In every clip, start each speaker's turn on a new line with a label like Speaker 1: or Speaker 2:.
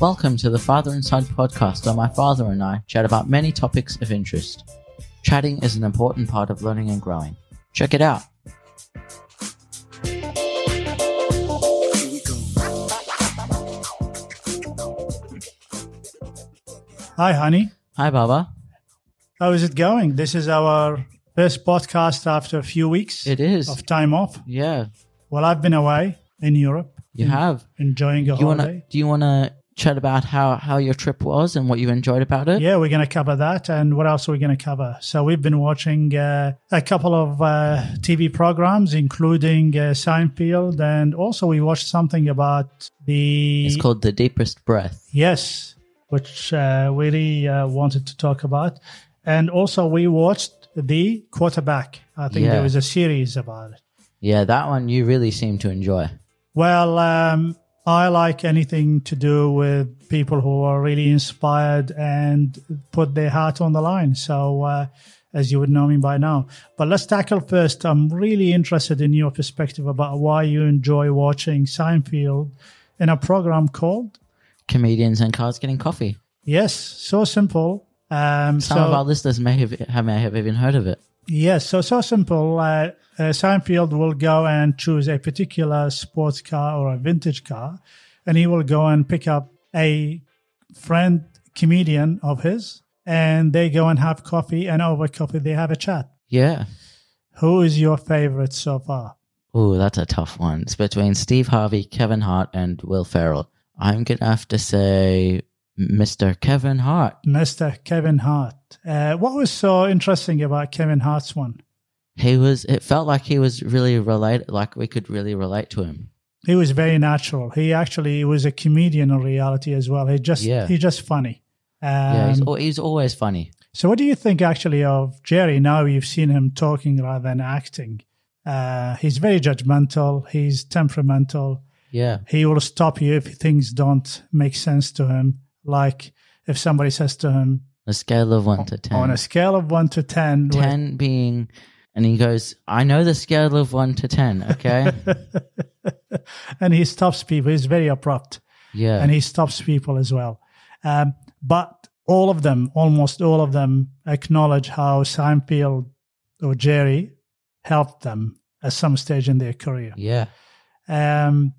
Speaker 1: Welcome to the Father and Son podcast, where my father and I chat about many topics of interest. Chatting is an important part of learning and growing. Check it out.
Speaker 2: Hi, honey.
Speaker 1: Hi, Baba.
Speaker 2: How is it going? This is our first podcast after a few weeks
Speaker 1: It is.
Speaker 2: of time off.
Speaker 1: Yeah,
Speaker 2: Well, I've been away in Europe,
Speaker 1: you have.
Speaker 2: enjoying a
Speaker 1: Do you want to?
Speaker 2: Hmm. holiday.
Speaker 1: Do you want to chat about how how your trip was and what you enjoyed about it?
Speaker 2: Yeah, we're going to cover that. And what else are we going to cover? So, we've been watching uh, a couple of uh, TV programs, including uh, Seinfeld. And also, we watched something about the.
Speaker 1: It's called the deepest breath.
Speaker 2: Yes, which uh, we really uh, wanted to talk about. And also, we watched The Quarterback. I think
Speaker 1: Yeah.
Speaker 2: there was a series about it.
Speaker 1: Yeah, that one you really seem to enjoy.
Speaker 2: Well, um, I like anything to do with people who are really inspired and put their heart on the line. So, uh, as you would know me by now. But let's tackle first. I'm really interested in your perspective about why you enjoy watching Seinfeld in a program called
Speaker 1: Comedians and cars getting coffee.
Speaker 2: Yes, so simple. Um,
Speaker 1: Some
Speaker 2: so,
Speaker 1: of our listeners may have, have may have even heard of it.
Speaker 2: Yes, so so simple. Uh, uh, Seinfeld will go and choose a particular sports car or a vintage car, and he will go and pick up a friend comedian of his, and they go and have coffee, and over coffee they have a chat.
Speaker 1: Yeah.
Speaker 2: Who is your favorite so far?
Speaker 1: Oh, that's a tough one. It's between Steve Harvey, Kevin Hart, and Will Ferrell. I'm gonna have to say Mr. Kevin Hart.
Speaker 2: Mr. Kevin Hart. Uh, what was so interesting about Kevin Hart's one?
Speaker 1: He was. It felt like he was really related. Like we could really relate to him.
Speaker 2: He was very natural. He actually was a comedian in reality as well. He just
Speaker 1: Yeah.
Speaker 2: he's just funny. Um,
Speaker 1: yeah, he's, al- he's always funny.
Speaker 2: So, what do you think actually of Jerry now you've seen him talking rather than acting? Uh, he's very judgmental, he's temperamental.
Speaker 1: Yeah.
Speaker 2: He will stop you if things don't make sense to him. Like if somebody says to him,
Speaker 1: A scale of one to ten.
Speaker 2: on a scale of one to 10, where-
Speaker 1: 10 being and he goes i know the scale of 1 to 10 okay
Speaker 2: and he stops people, he's very abrupt
Speaker 1: yeah
Speaker 2: and he stops people as well. Um, but all of them, almost all of them, acknowledge how Seinfeld or Jerry helped them at some stage in their career.
Speaker 1: yeah
Speaker 2: um,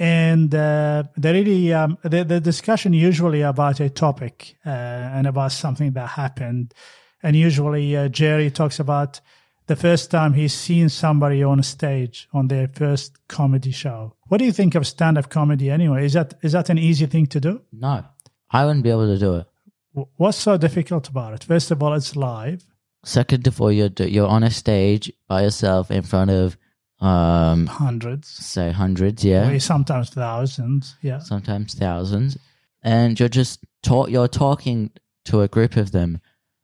Speaker 2: and uh, they really um, the, the discussion usually about a topic uh, and about something that happened and usually uh, jerry talks about the first time he's seen somebody on stage on their first comedy show what do you think of stand-up comedy anyway is that is that an easy thing to do
Speaker 1: no i wouldn't be able to do it
Speaker 2: W- what's so difficult about it first of all it's live
Speaker 1: second of all you're, do- you're on a stage by yourself in front of um
Speaker 2: hundreds
Speaker 1: say hundreds yeah
Speaker 2: or sometimes thousands yeah
Speaker 1: sometimes thousands and you're just taught you're talking to a group of them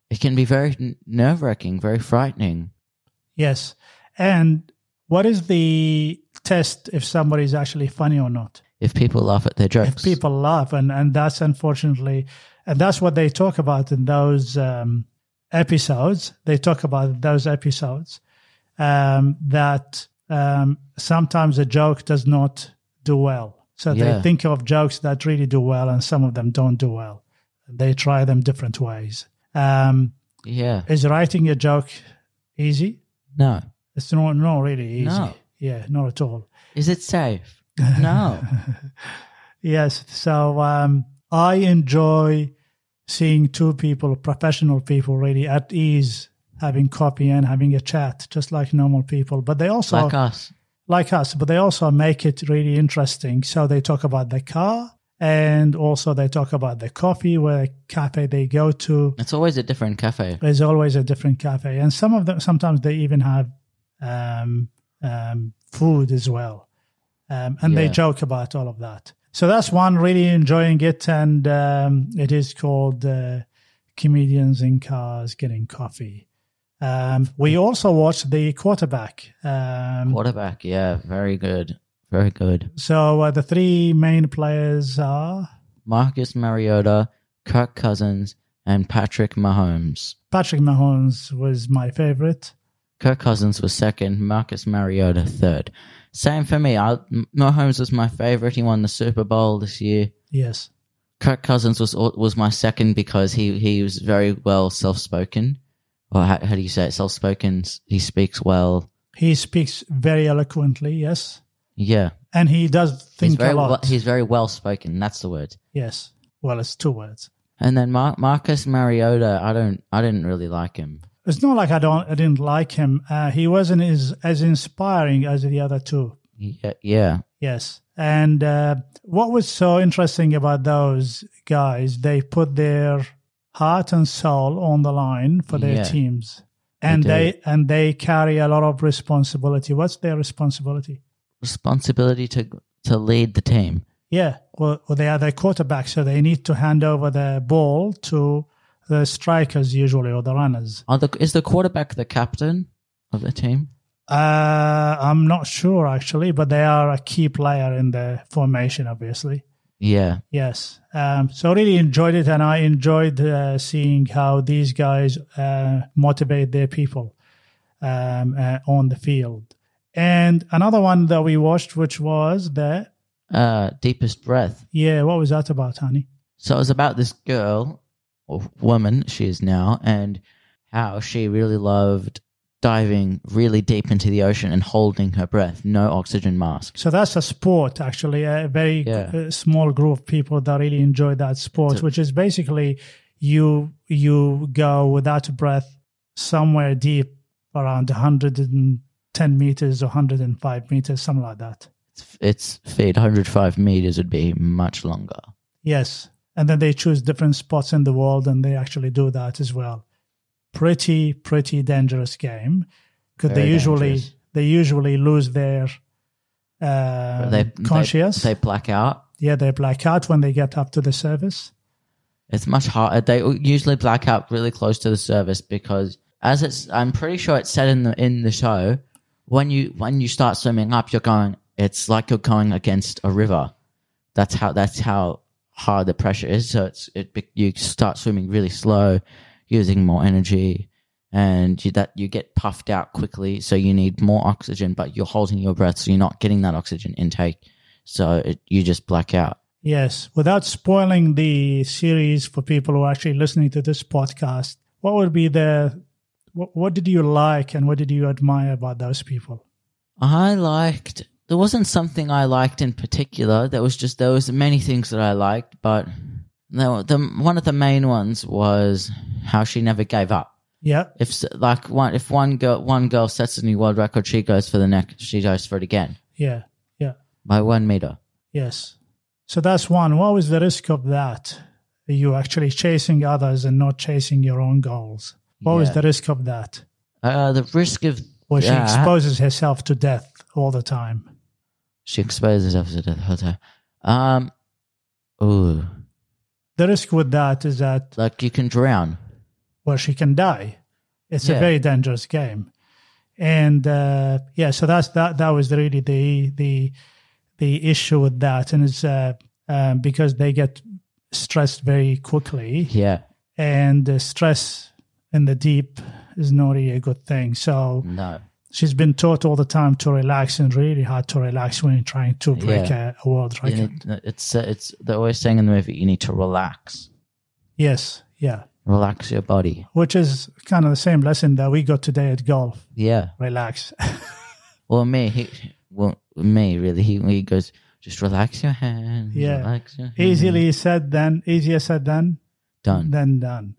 Speaker 1: it can be very nerve-wracking very frightening
Speaker 2: yes and what is the test if somebody is actually funny or not
Speaker 1: if people laugh at their
Speaker 2: if
Speaker 1: jokes
Speaker 2: people laugh and and that's unfortunately and that's what they talk about in those um episodes they talk about those episodes um that um sometimes a joke does not do well so
Speaker 1: Yeah.
Speaker 2: they think of jokes that really do well and some of them don't do well they try them different ways um
Speaker 1: yeah
Speaker 2: is writing a joke easy
Speaker 1: no
Speaker 2: it's not not really easy
Speaker 1: No.
Speaker 2: yeah not at all
Speaker 1: is it safe no
Speaker 2: Yes. So um, I enjoy seeing two people, professional people, really at ease having coffee and having a chat, just like normal people. But they also,
Speaker 1: like us
Speaker 2: like us, but they also make it really interesting. So they talk about the car and also they talk about the coffee, where cafe they go to.
Speaker 1: it's always a different cafe
Speaker 2: There's always a different cafe. And some of them, sometimes they even have um, um, food as well. Um, and they
Speaker 1: Yeah.
Speaker 2: joke about all of that. So that's one really enjoying it. And um, it is called uh, Comedians in Cars Getting Coffee. Um, we also watched The Quarterback. Um,
Speaker 1: Quarterback, yeah, very good, very good.
Speaker 2: so uh, the three main players are
Speaker 1: Marcus Mariota, Kirk Cousins, and Patrick Mahomes.
Speaker 2: Patrick Mahomes was my favorite.
Speaker 1: Kirk Cousins was second, Marcus Mariota third. Same for me. I, M- Mahomes was my favorite. He won the Super Bowl this year.
Speaker 2: Yes.
Speaker 1: Kirk Cousins was al- was my second because he he was very well self spoken. Or how, how do you say it? Self spoken. He speaks well.
Speaker 2: He speaks very eloquently, yes,
Speaker 1: Yeah,
Speaker 2: and he does
Speaker 1: he's
Speaker 2: think
Speaker 1: very
Speaker 2: a
Speaker 1: well,
Speaker 2: lot.
Speaker 1: he's very well spoken. That's the word.
Speaker 2: yes. Well, it's two words.
Speaker 1: And then Mar- Marcus Mariota, I don't I didn't really like him.
Speaker 2: It's not like I don't I didn't like him. Uh, he wasn't as as inspiring as the other two.
Speaker 1: Yeah, yeah.
Speaker 2: Yes. And uh, what was so interesting about those guys, they put their heart and soul on the line for their
Speaker 1: Yeah.
Speaker 2: teams. And
Speaker 1: do.
Speaker 2: they and they carry a lot of responsibility. What's their responsibility?
Speaker 1: responsibility to to lead the team.
Speaker 2: Yeah, well, well, they are the quarterback, so they need to hand over the ball to the strikers usually or the runners.
Speaker 1: Are the, is the quarterback the captain of the team?
Speaker 2: Uh, I'm not sure actually, but they are a key player in the formation, obviously.
Speaker 1: Yeah,
Speaker 2: Yes. Um, so I really enjoyed it, and I enjoyed uh, seeing how these guys uh, motivate their people um, uh, on the field. And another one that we watched, which was the
Speaker 1: uh, deepest breath.
Speaker 2: yeah, what was that about, honey?
Speaker 1: So it was about this girl or woman she is now, and how she really loved diving really deep into the ocean and holding her breath, no oxygen mask.
Speaker 2: So that's a sport, actually, a very
Speaker 1: Yeah.
Speaker 2: uh, small group of people that really enjoy that sport,
Speaker 1: So-
Speaker 2: which is basically you you go without breath somewhere deep around 110 meters or 105 meters, something like that.
Speaker 1: It's, it's feet 105 meters would be much longer.
Speaker 2: Yes. And then they choose different spots in the world and they actually do that as well. Pretty, pretty dangerous game because they
Speaker 1: Very
Speaker 2: usually
Speaker 1: dangerous.
Speaker 2: they usually lose their uh,
Speaker 1: they,
Speaker 2: conscious.
Speaker 1: They, they black out.
Speaker 2: yeah, they black out when they get up to the surface.
Speaker 1: It's much harder. They usually black out really close to the service because, as it's, I'm pretty sure it's said in the in the show, when you when you start swimming up, you're going. It's like you're going against a river. That's how that's how hard the pressure is. So it's it be- you start swimming really slow, using more energy, and you, that you get puffed out quickly. So you need more oxygen, but you're holding your breath, so you're not getting that oxygen intake. So it, you just black out.
Speaker 2: Yes, without spoiling the series for people who are actually listening to this podcast, what would be the what, what did you like and what did you admire about those people?
Speaker 1: I liked. There wasn't something I liked in particular. There was just there was many things that I liked, but no, the one of the main ones was how she never gave up.
Speaker 2: Yeah,
Speaker 1: If s- like one if one girl one girl sets a new world record, she goes for the next. She goes for it again
Speaker 2: yeah, yeah,
Speaker 1: by one meter.
Speaker 2: yes. So that's one. What was the risk of that? You actually chasing others and not chasing your own goals. What was
Speaker 1: Yeah.
Speaker 2: the risk of that?
Speaker 1: Uh, the risk of
Speaker 2: Well, she
Speaker 1: that-
Speaker 2: exposes herself to death all the time.
Speaker 1: she exposes herself to the whole time. Um, ooh,
Speaker 2: The risk with that is that
Speaker 1: like you can drown.
Speaker 2: well, she can die. It's
Speaker 1: Yeah.
Speaker 2: a very dangerous game, and uh, yeah, so that's that. That was really the the the issue with that, and it's uh, um, because they get stressed very quickly,
Speaker 1: Yeah,
Speaker 2: and uh, stress in the deep is not really a good thing. So
Speaker 1: no.
Speaker 2: she's been taught all the time to relax, and really hard to relax when you're trying to break a, a world record.
Speaker 1: You need- It's uh, it's they're always saying in the movie you need to relax.
Speaker 2: Yes, yeah,
Speaker 1: relax your body.
Speaker 2: which is kind of the same lesson that we got today at golf.
Speaker 1: Yeah.
Speaker 2: Relax.
Speaker 1: Well, me, he, well, me really. He, he goes, just relax your hands.
Speaker 2: Yeah.
Speaker 1: Relax your hands.
Speaker 2: easily said than easier said than
Speaker 1: Mm-hmm. done.
Speaker 2: than done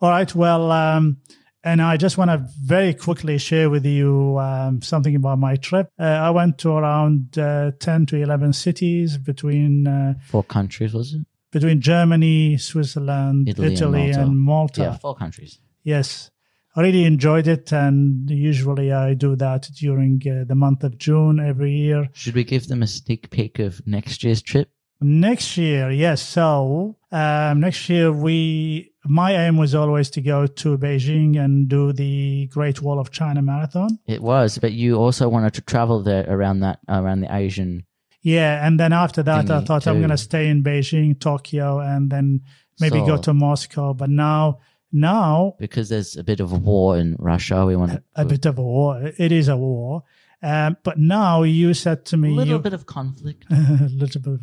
Speaker 2: all right well um and i just want to very quickly share with you um, something about my trip uh, i went to around uh, 10 to 11 cities between uh,
Speaker 1: Four countries was it?
Speaker 2: between germany switzerland
Speaker 1: Italy
Speaker 2: italy,
Speaker 1: and Malta.
Speaker 2: and malta,
Speaker 1: Yeah, four countries.
Speaker 2: yes i really enjoyed it and usually i do that during uh, the month of june every year
Speaker 1: Should we give them a sneak peek of next year's trip?
Speaker 2: Next year, yes. So um, next year, we my aim was always to go to Beijing and do the Great Wall of China marathon.
Speaker 1: It was, but you also wanted to travel there around that around the Asian.
Speaker 2: Yeah, and then after that, I
Speaker 1: Thingy
Speaker 2: thought I'm
Speaker 1: too.
Speaker 2: going to stay in Beijing, Tokyo, and then maybe go
Speaker 1: So-
Speaker 2: to Moscow. But now, now
Speaker 1: Because there's a bit of a war in Russia, we want to,
Speaker 2: a bit of a war. It is a war. Um, but now you said to me,
Speaker 1: little
Speaker 2: you,
Speaker 1: bit of conflict.
Speaker 2: a little bit of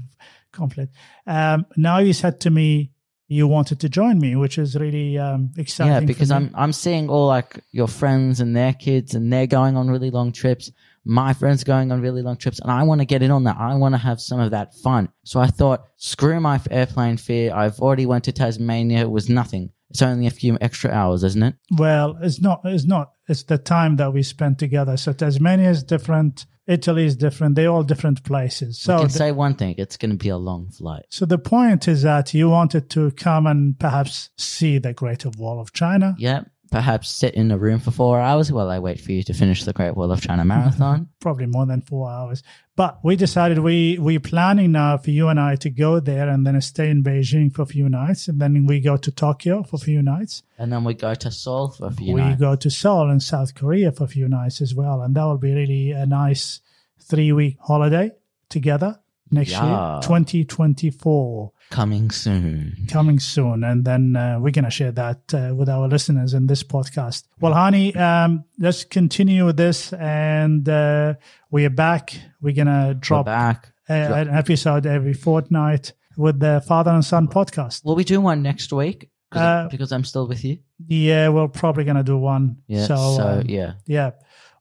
Speaker 2: conflict. Um, now you said to me you wanted to join me, which is really um, exciting.
Speaker 1: yeah,
Speaker 2: for
Speaker 1: because
Speaker 2: me.
Speaker 1: I'm I'm seeing all like your friends and their kids, and they're going on really long trips. My friends going on really long trips, and I want to get in on that. I want to have some of that fun. So I thought, screw my f- airplane fear. I've already went to Tasmania. It was nothing. It's only a few extra hours, isn't it?
Speaker 2: Well, it's not. It's not. It's the time that we spend together. So Tasmania is different. Italy is different. They're all different places.
Speaker 1: I
Speaker 2: So
Speaker 1: can
Speaker 2: the-
Speaker 1: say one thing. It's going to be a long flight.
Speaker 2: So the point is that you wanted to come and perhaps see the Greater Wall of China.
Speaker 1: Yeah, perhaps sit in a room for four hours while I wait for you to finish the Great Wall of China marathon.
Speaker 2: Probably more than four hours. But we decided we we're planning now for you and I to go there and then stay in Beijing for a few nights. And then we go to Tokyo for a few nights.
Speaker 1: and then we go to Seoul for a few
Speaker 2: we
Speaker 1: nights.
Speaker 2: go to Seoul in South Korea for a few nights as well. And that will be really a nice three week holiday together next
Speaker 1: Yeah.
Speaker 2: year, 2024.
Speaker 1: Coming soon.
Speaker 2: coming soon, and then uh, we're going to share that uh, with our listeners in this podcast. Well, honey, um, let's continue with this, and uh, we are back. We're going to
Speaker 1: We're
Speaker 2: drop a,
Speaker 1: back.
Speaker 2: an episode every fortnight with the Father and Son podcast.
Speaker 1: Will we do one next week? 'Cause-
Speaker 2: Uh,
Speaker 1: because I'm still with you.
Speaker 2: Yeah, uh, we're probably going to do one.
Speaker 1: Yeah.
Speaker 2: So,
Speaker 1: So,
Speaker 2: um, yeah.
Speaker 1: yeah.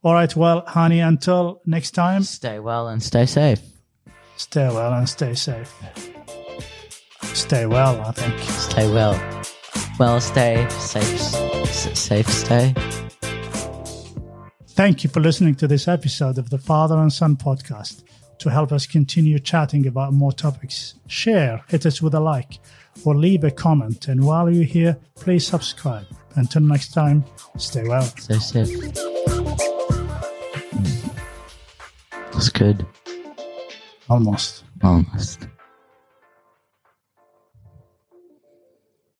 Speaker 2: All right. Well, honey, until next time,
Speaker 1: Stay well and stay safe.
Speaker 2: stay well and stay safe. Stay well, I think.
Speaker 1: Stay well. Well, stay safe. S- safe stay.
Speaker 2: Thank you for listening to this episode of the Father and Son podcast. To help us continue chatting about more topics, share, hit us with a like, or leave a comment. And while you're here, please subscribe. Until next time, stay well.
Speaker 1: Stay safe. Hmm. That's good.
Speaker 2: Almost.
Speaker 1: Almost.